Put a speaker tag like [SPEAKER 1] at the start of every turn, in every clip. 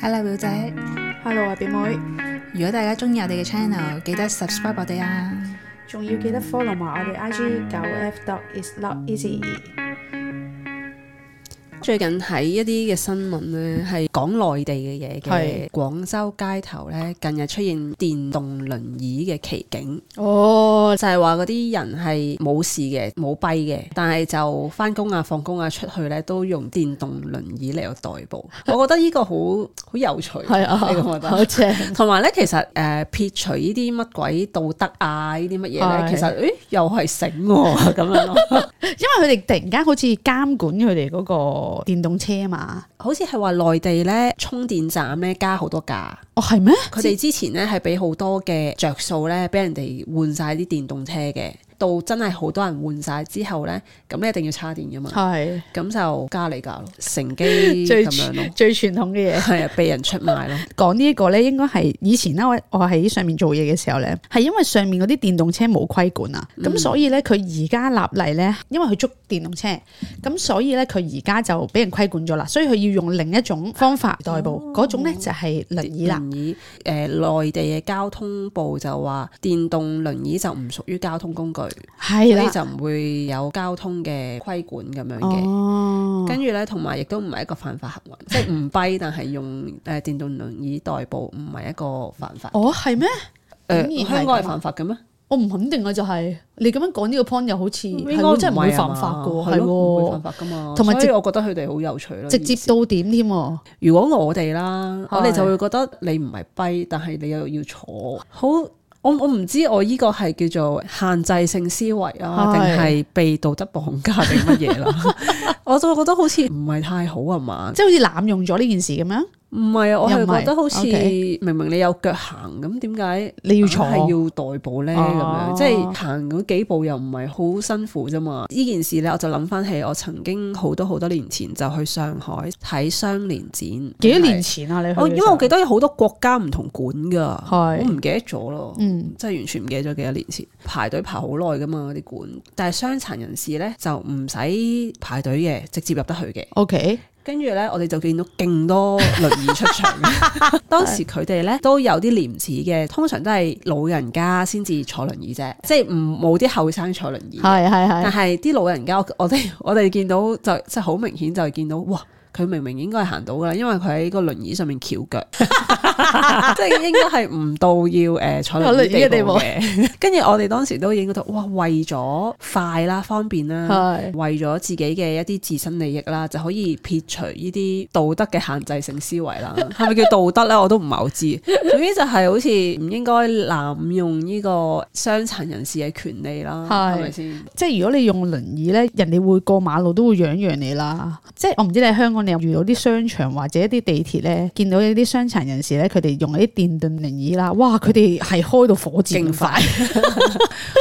[SPEAKER 1] Hello 表姐，
[SPEAKER 2] Hello 啊，表妹，
[SPEAKER 1] 如果大家中意我哋嘅 channel，記得 subscribe 我哋啊！
[SPEAKER 2] 仲要記得 follow 埋我哋 IG 九 F dot is not easy。
[SPEAKER 3] 最近睇一啲嘅新聞咧，係講內地嘅嘢嘅
[SPEAKER 2] 係。
[SPEAKER 3] 廣州街頭咧，近日出現電動輪椅嘅奇景，
[SPEAKER 2] 哦，
[SPEAKER 3] 就係話嗰啲人係冇事嘅，冇跛嘅，但係就翻工啊、放工啊出去咧，都用電動輪椅嚟到代步。我覺得呢個好好有趣，
[SPEAKER 2] 係啊，
[SPEAKER 3] 你覺唔覺得？
[SPEAKER 2] 好正，
[SPEAKER 3] 同埋咧，其實誒、呃撇除呢啲乜鬼道德啊，呢啲乜嘢
[SPEAKER 2] 係
[SPEAKER 3] 咧，其實誒又係醒喎 咁樣咯，
[SPEAKER 2] 因為佢哋突然間好似監管佢哋嗰個電動車啊嘛。
[SPEAKER 3] 好似係話內地咧充電站咧加好多價，
[SPEAKER 2] 哦，係咩？
[SPEAKER 3] 佢哋之前咧係俾好多嘅着數咧，俾人哋換晒啲電動車嘅，到真係好多人換晒之後咧，咁你一定要叉電噶嘛，
[SPEAKER 2] 係
[SPEAKER 3] 咁就加你價咯，乘機
[SPEAKER 2] 最
[SPEAKER 3] 咁樣咯，
[SPEAKER 2] 最傳統嘅嘢。
[SPEAKER 3] 係啊，被人出賣 咯，
[SPEAKER 2] 講呢一個咧，應該係以前啦，我我喺上面做嘢嘅時候咧，係因為上面嗰啲電動車冇規管啊，咁、所以咧佢而家立例咧，因為佢捉電動車，咁所以咧佢而家就俾人規管咗啦，所以佢要用另一種方法代步，嗰、種咧就係輪椅啦。
[SPEAKER 3] 輪椅誒呃內地嘅交通部就話電動輪椅就唔屬於交通工具。
[SPEAKER 2] 係
[SPEAKER 3] 所以
[SPEAKER 2] 啦，
[SPEAKER 3] 就唔會有交通嘅規管咁樣嘅。
[SPEAKER 2] 哦，
[SPEAKER 3] 跟住咧，同埋亦都唔係一個犯法行 為，即係唔跛，但係用誒電動輪椅代步，唔係一個犯法。誒、
[SPEAKER 2] 哦係咩？竟然係咁啊
[SPEAKER 3] 香港係犯法嘅咩？
[SPEAKER 2] 我唔肯定啊，就係、你咁樣講呢個 point 又好似
[SPEAKER 3] 嗯應該
[SPEAKER 2] 係嗯真係唔會
[SPEAKER 3] 係
[SPEAKER 2] 犯法嘅
[SPEAKER 3] 啊嘛
[SPEAKER 2] 喎，係
[SPEAKER 3] 咯唔會犯
[SPEAKER 2] 喎，
[SPEAKER 3] 法噶嘛。
[SPEAKER 2] 同埋
[SPEAKER 3] 所以
[SPEAKER 2] 直
[SPEAKER 3] 我覺得佢哋好有趣咯。
[SPEAKER 2] 直接
[SPEAKER 3] 呢件事
[SPEAKER 2] 到點添喎。
[SPEAKER 3] 如果我哋啦，
[SPEAKER 2] 係
[SPEAKER 3] 我哋就會覺得你唔係跛，但係你又要坐好。我我唔知我依個係叫做限制性思維啊，
[SPEAKER 2] 係
[SPEAKER 3] 定係被道德綁架定乜嘢啦？ 我就覺得好似唔係太好啊嘛。
[SPEAKER 2] 即係好似濫用咗呢件事咁樣，
[SPEAKER 3] 唔係啊，我
[SPEAKER 2] 又
[SPEAKER 3] 係
[SPEAKER 2] 唔係
[SPEAKER 3] 覺得好似
[SPEAKER 2] OK
[SPEAKER 3] 明明你有腳行，咁點解
[SPEAKER 2] 你要坐
[SPEAKER 3] 啊係要代步咧？咁
[SPEAKER 2] 哦
[SPEAKER 3] 樣即係行嗰幾步又唔係好辛苦啫嘛。呢件事咧，我就諗翻起我曾經好多好多年前就去上海睇雙年展，幾
[SPEAKER 2] 幾多年？前啊？你去
[SPEAKER 3] 我哦因為我記
[SPEAKER 2] 得
[SPEAKER 3] 得有好多國家唔同館噶，我
[SPEAKER 2] 係
[SPEAKER 3] 唔記得咗咯。
[SPEAKER 2] 嗯。
[SPEAKER 3] 真係完全唔記得咗幾多年前排隊排好耐噶嘛嗰啲館，但係傷殘人士咧就唔使排隊嘅，直接入得去嘅。
[SPEAKER 2] O K，
[SPEAKER 3] 跟住咧，我哋就見到勁多輪椅出場。當時佢哋咧都有啲廉恥嘅，通常都係老人家先至坐輪椅啫，即係唔冇啲後生坐輪椅。
[SPEAKER 2] 係係
[SPEAKER 3] 嗯但
[SPEAKER 2] 係，
[SPEAKER 3] 係啲老人家，我我哋我哋見到就即係好明顯就係見到，哇！佢明明應該係行到噶啦，因為佢喺個輪椅上面翹腳，即係應該係唔到要誒、呃坐輪椅嘅地步
[SPEAKER 2] 坐
[SPEAKER 3] 嘅。跟住我哋當時都已經覺得，哇！為咗快啦、方便啦，
[SPEAKER 2] 係
[SPEAKER 3] 為咗自己嘅一啲自身利益啦，就可以撇除呢啲道德嘅限制性思維啦。 係咪叫道德咧？我都唔係好 知。總之就係好似唔應該濫用呢個傷殘人士嘅權利啦，
[SPEAKER 2] 係
[SPEAKER 3] 係咪先？
[SPEAKER 2] 即係如果你用輪椅咧，人哋會過馬路都會讓讓你啦。即係我唔知你喺香港，你有遇到啲商場或者一啲地鐵咧，見到一啲傷殘人士咧，佢哋用一啲電動輪椅啦，哇！佢哋係開到火箭咁
[SPEAKER 3] 勁快，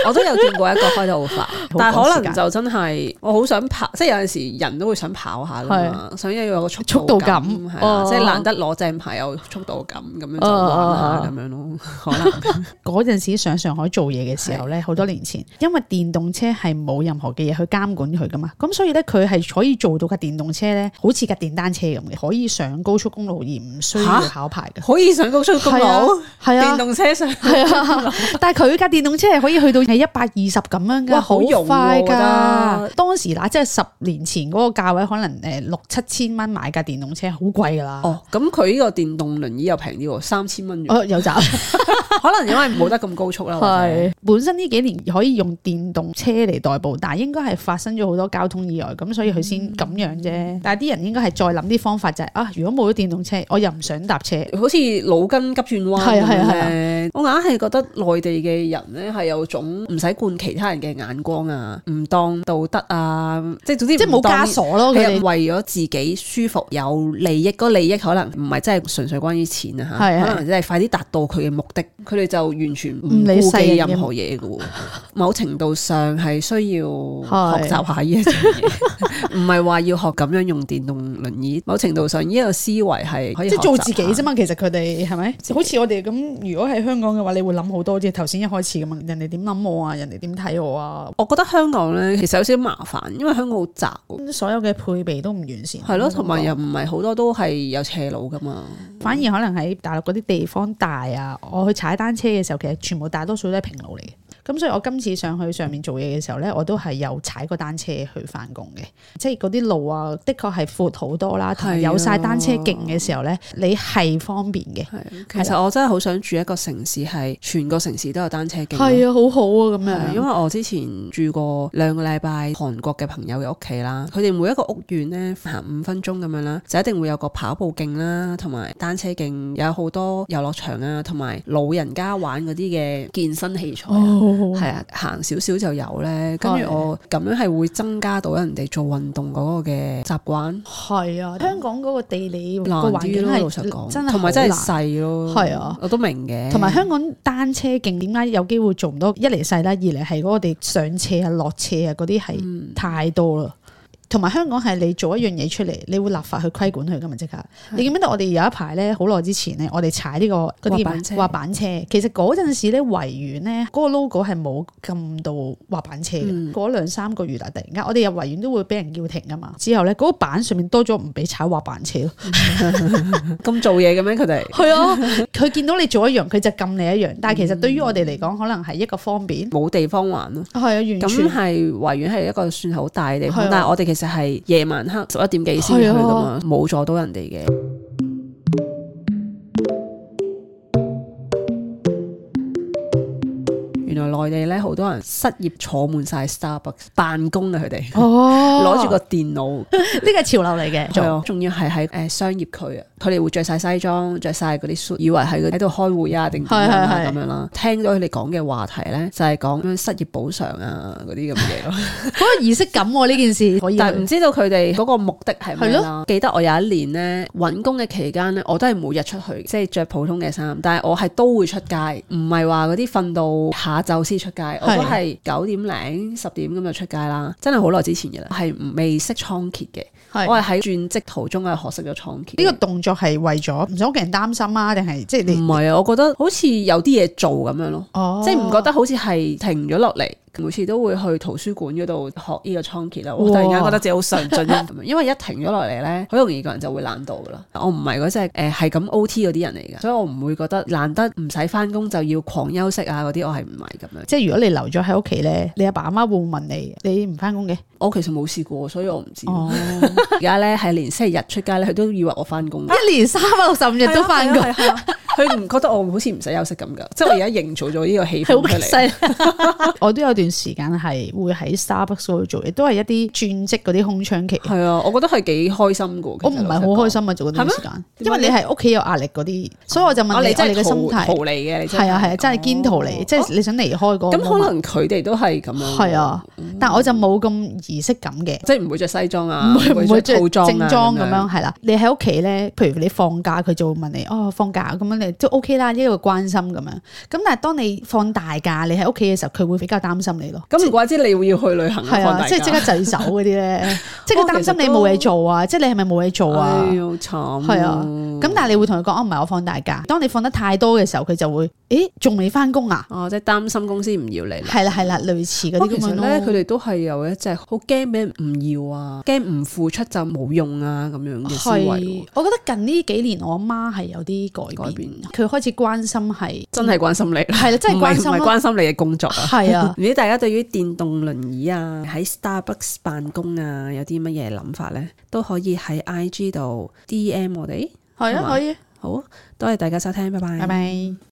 [SPEAKER 3] 我都有見過一個開得好 快，但係
[SPEAKER 2] 趕
[SPEAKER 3] 可
[SPEAKER 2] 時間
[SPEAKER 3] 能就真係我好想跑，即係有陣時人都會想跑下啦嘛，想要有個速
[SPEAKER 2] 速度感
[SPEAKER 3] 係
[SPEAKER 2] 哦
[SPEAKER 3] 啊，即係難得攞正牌有速度感咁樣就玩
[SPEAKER 2] 哦
[SPEAKER 3] 下咁樣咯，可能
[SPEAKER 2] 嗰陣時上上海做嘢嘅時候咧，好多年前，因為電動車係冇任何嘅嘢去監管佢噶嘛，咁所以咧佢係可以做到架電動車咧，好似架電單車咁嘅，可以上高速公路而唔需要
[SPEAKER 3] 吓
[SPEAKER 2] 考牌嘅。
[SPEAKER 3] 可以上高速公
[SPEAKER 2] 係啊
[SPEAKER 3] 路，
[SPEAKER 2] 係啊
[SPEAKER 3] 電。動車上。
[SPEAKER 2] 係啊， 但係佢架電動車係可以去到係一百二十咁樣噶，
[SPEAKER 3] 哇
[SPEAKER 2] 好
[SPEAKER 3] 好用喎
[SPEAKER 2] 快
[SPEAKER 3] 我覺
[SPEAKER 2] 噶
[SPEAKER 3] 得。
[SPEAKER 2] 當時嗱，即係十年前嗰個價位，可能誒六七千蚊買架電動車，好貴噶啦。
[SPEAKER 3] 哦，咁佢呢個電動輪椅又平啲喎，三千蚊啫，
[SPEAKER 2] 哦，有集
[SPEAKER 3] 可能因為冇得咁高速啦，或者
[SPEAKER 2] 哦係本身呢幾年可以用電動車嚟代步，但係應該係發生咗好多交通意外，咁所以佢先咁樣啫。但係啲人應該係再諗啲方法，就係啊，如果冇咗電動車，我又唔想搭車。
[SPEAKER 3] 好似腦筋急轉彎咁
[SPEAKER 2] 係啊係啊係啊
[SPEAKER 3] 樣咧。我硬係覺得內地嘅人咧係有種唔使顧其他人嘅眼光啊，唔當道德啊，即係總之
[SPEAKER 2] 即係冇
[SPEAKER 3] 唔當
[SPEAKER 2] 枷。鎖咯，佢
[SPEAKER 3] 係
[SPEAKER 2] 哋
[SPEAKER 3] 啊為咗自己舒服有利益，嗰利益可能唔係真係純粹關於錢啊
[SPEAKER 2] 係係
[SPEAKER 3] 嚇，可能真係快啲達到佢嘅目的，佢哋就完全唔
[SPEAKER 2] 唔理世
[SPEAKER 3] 顧忌
[SPEAKER 2] 人嘅
[SPEAKER 3] 任何嘢嘅 喎。某程度上係需要
[SPEAKER 2] 係
[SPEAKER 3] 學習下呢一樣嘢，唔係話要學咁樣用電動用輪椅，某程度上呢個思維係可以
[SPEAKER 2] 即係做自己
[SPEAKER 3] 學習
[SPEAKER 2] 啫
[SPEAKER 3] 下。
[SPEAKER 2] 嘛，其實佢哋係咪？
[SPEAKER 3] 己
[SPEAKER 2] 好似我哋咁，如果喺香港嘅話，你會諗好多，即係頭先一開始咁啊，人哋點諗我啊，人哋點睇我啊，
[SPEAKER 3] 我覺得香港咧其實有少少麻煩，因為香港好窄喎。
[SPEAKER 2] 所有嘅配備都唔完善，
[SPEAKER 3] 係咯，同埋又唔係好多都係有斜路噶嘛。
[SPEAKER 2] 反而可能喺大陸嗰啲地方大啊，我去踩單車嘅時候，其實全部大多數都係平路嚟嘅。咁所以我今次上去上面做嘢嘅時候呢，我都係有踩過單車去翻工嘅，即係嗰啲路啊，的確係闊好多啦，同埋有晒單車徑嘅時候呢，你係方便嘅。
[SPEAKER 3] 係，其實我真係好想住一個城市係全個城市都有單車徑咯。
[SPEAKER 2] 係啊，好好啊，咁
[SPEAKER 3] 係
[SPEAKER 2] 樣，
[SPEAKER 3] 因為我之前住過兩個禮拜韓國嘅朋友嘅屋企啦，佢哋每一個屋苑呢，行五分鐘咁樣啦，就一定會有個跑步徑啦，同埋單車徑，有好多遊樂場啊，同埋老人家玩嗰啲嘅健身器材啊。
[SPEAKER 2] 哦，
[SPEAKER 3] 係啊，行少少就有呢。跟
[SPEAKER 2] 係啊
[SPEAKER 3] 住我咁樣係會增加到人哋做運動嗰個嘅習慣，
[SPEAKER 2] 係啊，香港嗰個地理個
[SPEAKER 3] 難
[SPEAKER 2] 環
[SPEAKER 3] 啲
[SPEAKER 2] 境
[SPEAKER 3] 咯。
[SPEAKER 2] 係
[SPEAKER 3] 老實
[SPEAKER 2] 真
[SPEAKER 3] 講，
[SPEAKER 2] 係
[SPEAKER 3] 同埋真係
[SPEAKER 2] 好難
[SPEAKER 3] 細咯。
[SPEAKER 2] 係啊，
[SPEAKER 3] 我都明嘅。
[SPEAKER 2] 同埋香港單車徑點解有機會做唔到？一嚟細啦，二嚟係嗰個地上斜啊、落斜啊嗰啲
[SPEAKER 3] 嗯
[SPEAKER 2] 係太多啦。同埋香港係你做一樣嘢出嚟，你會立法去規管佢噶嘛？即刻，你記唔記得我哋有一排咧，好耐之前咧，我哋踩呢、個嗰
[SPEAKER 3] 滑
[SPEAKER 2] 啲
[SPEAKER 3] 板車
[SPEAKER 2] 滑板車，其實嗰陣時咧維園咧嗰個 logo 係冇禁到滑板車
[SPEAKER 3] 嗯
[SPEAKER 2] 嘅。嗰、兩三個月啊，突然間我哋入維園都會俾人叫停噶嘛。之後咧嗰、個板上面多咗唔俾踩滑板車咯。
[SPEAKER 3] 咁做嘢嘅咩？佢哋
[SPEAKER 2] 係啊，佢見到你做一樣，佢就禁你一樣。但係其實對於我哋嚟講，可能係一個方便。
[SPEAKER 3] 冇地方玩咯。
[SPEAKER 2] 嗯係啊，完
[SPEAKER 3] 咁
[SPEAKER 2] 全
[SPEAKER 3] 係維園係一個算好大嘅地
[SPEAKER 2] 係
[SPEAKER 3] 方
[SPEAKER 2] 啊，
[SPEAKER 3] 但係我哋其實係夜晚黑十一點幾先去噶嘛，冇阻到人哋嘅。原來內地咧好多人失業坐滿晒 Starbucks 辦公啊，佢哋
[SPEAKER 2] 哦
[SPEAKER 3] 攞住個電 腦，
[SPEAKER 2] 呢個係潮流嚟嘅，
[SPEAKER 3] 係啊仲要係喺誒商業區啊，佢哋會着晒西裝，着晒嗰啲 suit，以為係佢喺度開會啊定點樣啊
[SPEAKER 2] 係係係
[SPEAKER 3] 咁樣啦。聽到佢哋講嘅話題咧，就係講失業補償啊嗰啲咁嘅嘢咯。
[SPEAKER 2] 嗰個儀式感喎呢件事可以。
[SPEAKER 3] 但係唔知道佢哋嗰個目的係咩
[SPEAKER 2] 係
[SPEAKER 3] 啦？記得我有一年咧揾工嘅期間咧，我都係每日出去，即係着普通嘅衫，但係我係都會出街，唔係話嗰啲瞓到下晝先出街，我都係九點零十點咁就出街啦。真係好耐之前嘅啦，係唔未識倉頡嘅，我
[SPEAKER 2] 係
[SPEAKER 3] 係喺轉職途中係學識咗倉頡。
[SPEAKER 2] 呢個動作係為咗唔想屋企人擔心啊，定係即係你
[SPEAKER 3] 唔係啊，我覺得好似有啲嘢做咁樣咯。
[SPEAKER 2] 哦，
[SPEAKER 3] 即係唔覺得好似係停咗落嚟，每次都會去圖書館嗰度學呢個倉頡啦。我突然間覺得自己好上進 啊咁樣因為一停咗落嚟咧，好容易個人就會懶惰噶啦。我唔係嗰只誒係咁 O T 嗰啲人嚟嘅，所以我唔會覺得懶得唔使翻工就要狂休息啊嗰啲，我係唔係咁樣。
[SPEAKER 2] 即係如果你留咗喺屋企咧，你阿爸阿媽會唔會問你你唔翻工嘅？
[SPEAKER 3] 我其實冇試過，所以我唔知。
[SPEAKER 2] 哦，
[SPEAKER 3] 而家咧係連星期日出街咧，佢都以為我翻 工。
[SPEAKER 2] 一年三百六十五日都翻工
[SPEAKER 3] 係，啊，係啊係啊佢唔覺得我好似唔使休息咁噶，即係我而家營造咗呢個氣氛
[SPEAKER 2] 係啊好
[SPEAKER 3] 出嚟。
[SPEAKER 2] 犀利。 我都有段時間係會喺 Starbucks 嗰度做嘢，都係一啲轉職嗰啲空窗期。
[SPEAKER 3] 係啊，我覺得係幾開心噶。
[SPEAKER 2] 我唔係好開心啊，做嗰段時間，因為你係屋企有壓力嗰啲，所以我就問
[SPEAKER 3] 我哦
[SPEAKER 2] 你
[SPEAKER 3] 你
[SPEAKER 2] 我
[SPEAKER 3] 真
[SPEAKER 2] 哋
[SPEAKER 3] 係
[SPEAKER 2] 嘅心態
[SPEAKER 3] 逃逃離嘅，你真哦
[SPEAKER 2] 係啊係啊，真係堅逃嚟，即係你想離開嗰個
[SPEAKER 3] 哦咁
[SPEAKER 2] moment。
[SPEAKER 3] 可能佢哋都係咁樣，
[SPEAKER 2] 係，啊，但我就冇咁儀式感嘅。
[SPEAKER 3] 即係唔會着西裝啊，
[SPEAKER 2] 唔會着
[SPEAKER 3] 套裝
[SPEAKER 2] 正裝
[SPEAKER 3] 裝
[SPEAKER 2] 咁樣，係啦，你喺屋企咧，譬如你放假，佢就會問你哦放假咁樣，你都 OK 啦，因為關心咁樣。咁但係當你放大假，你喺屋企嘅時候，佢會比較擔心你咯。
[SPEAKER 3] 咁唔怪之你會要去旅行
[SPEAKER 2] 係啊，即係即刻就要走嗰 啲咧，即係佢擔心你冇嘢做
[SPEAKER 3] 哦
[SPEAKER 2] 啊，即係你係咪冇嘢做啊？
[SPEAKER 3] 好哎慘，
[SPEAKER 2] 係啊，咁但係你會同佢講，哦，唔係我放大假。當你放得太多嘅時候，佢就會，咦，仲未翻工啊？
[SPEAKER 3] 哦，即係擔心公司唔要你啦。
[SPEAKER 2] 係啦係啦，類似嗰
[SPEAKER 3] 不過
[SPEAKER 2] 啲咁
[SPEAKER 3] 其實
[SPEAKER 2] 樣
[SPEAKER 3] 咧，佢
[SPEAKER 2] 咯。
[SPEAKER 3] 哋都係有一隻好驚俾人唔要啊，驚唔付出就冇用啊咁樣嘅思維喎
[SPEAKER 2] 係，，我覺得近呢幾年我阿媽係有啲改
[SPEAKER 3] 改
[SPEAKER 2] 變
[SPEAKER 3] 變，
[SPEAKER 2] 佢開始關心係，
[SPEAKER 3] 真係關心你啦，
[SPEAKER 2] 係啦，真係關心
[SPEAKER 3] 唔係唔係
[SPEAKER 2] 咯，
[SPEAKER 3] 關心你嘅工作啊。
[SPEAKER 2] 係啊，
[SPEAKER 3] 唔知大家對於電動輪椅啊，喺 Starbucks 辦公啊，有啲乜嘢諗法呢？都可以喺 IG 度 DM 我哋。係
[SPEAKER 2] 係啊，
[SPEAKER 3] 嘛嗯
[SPEAKER 2] 可以，
[SPEAKER 3] 好，多謝大家收聽，拜拜
[SPEAKER 2] 拜。拜。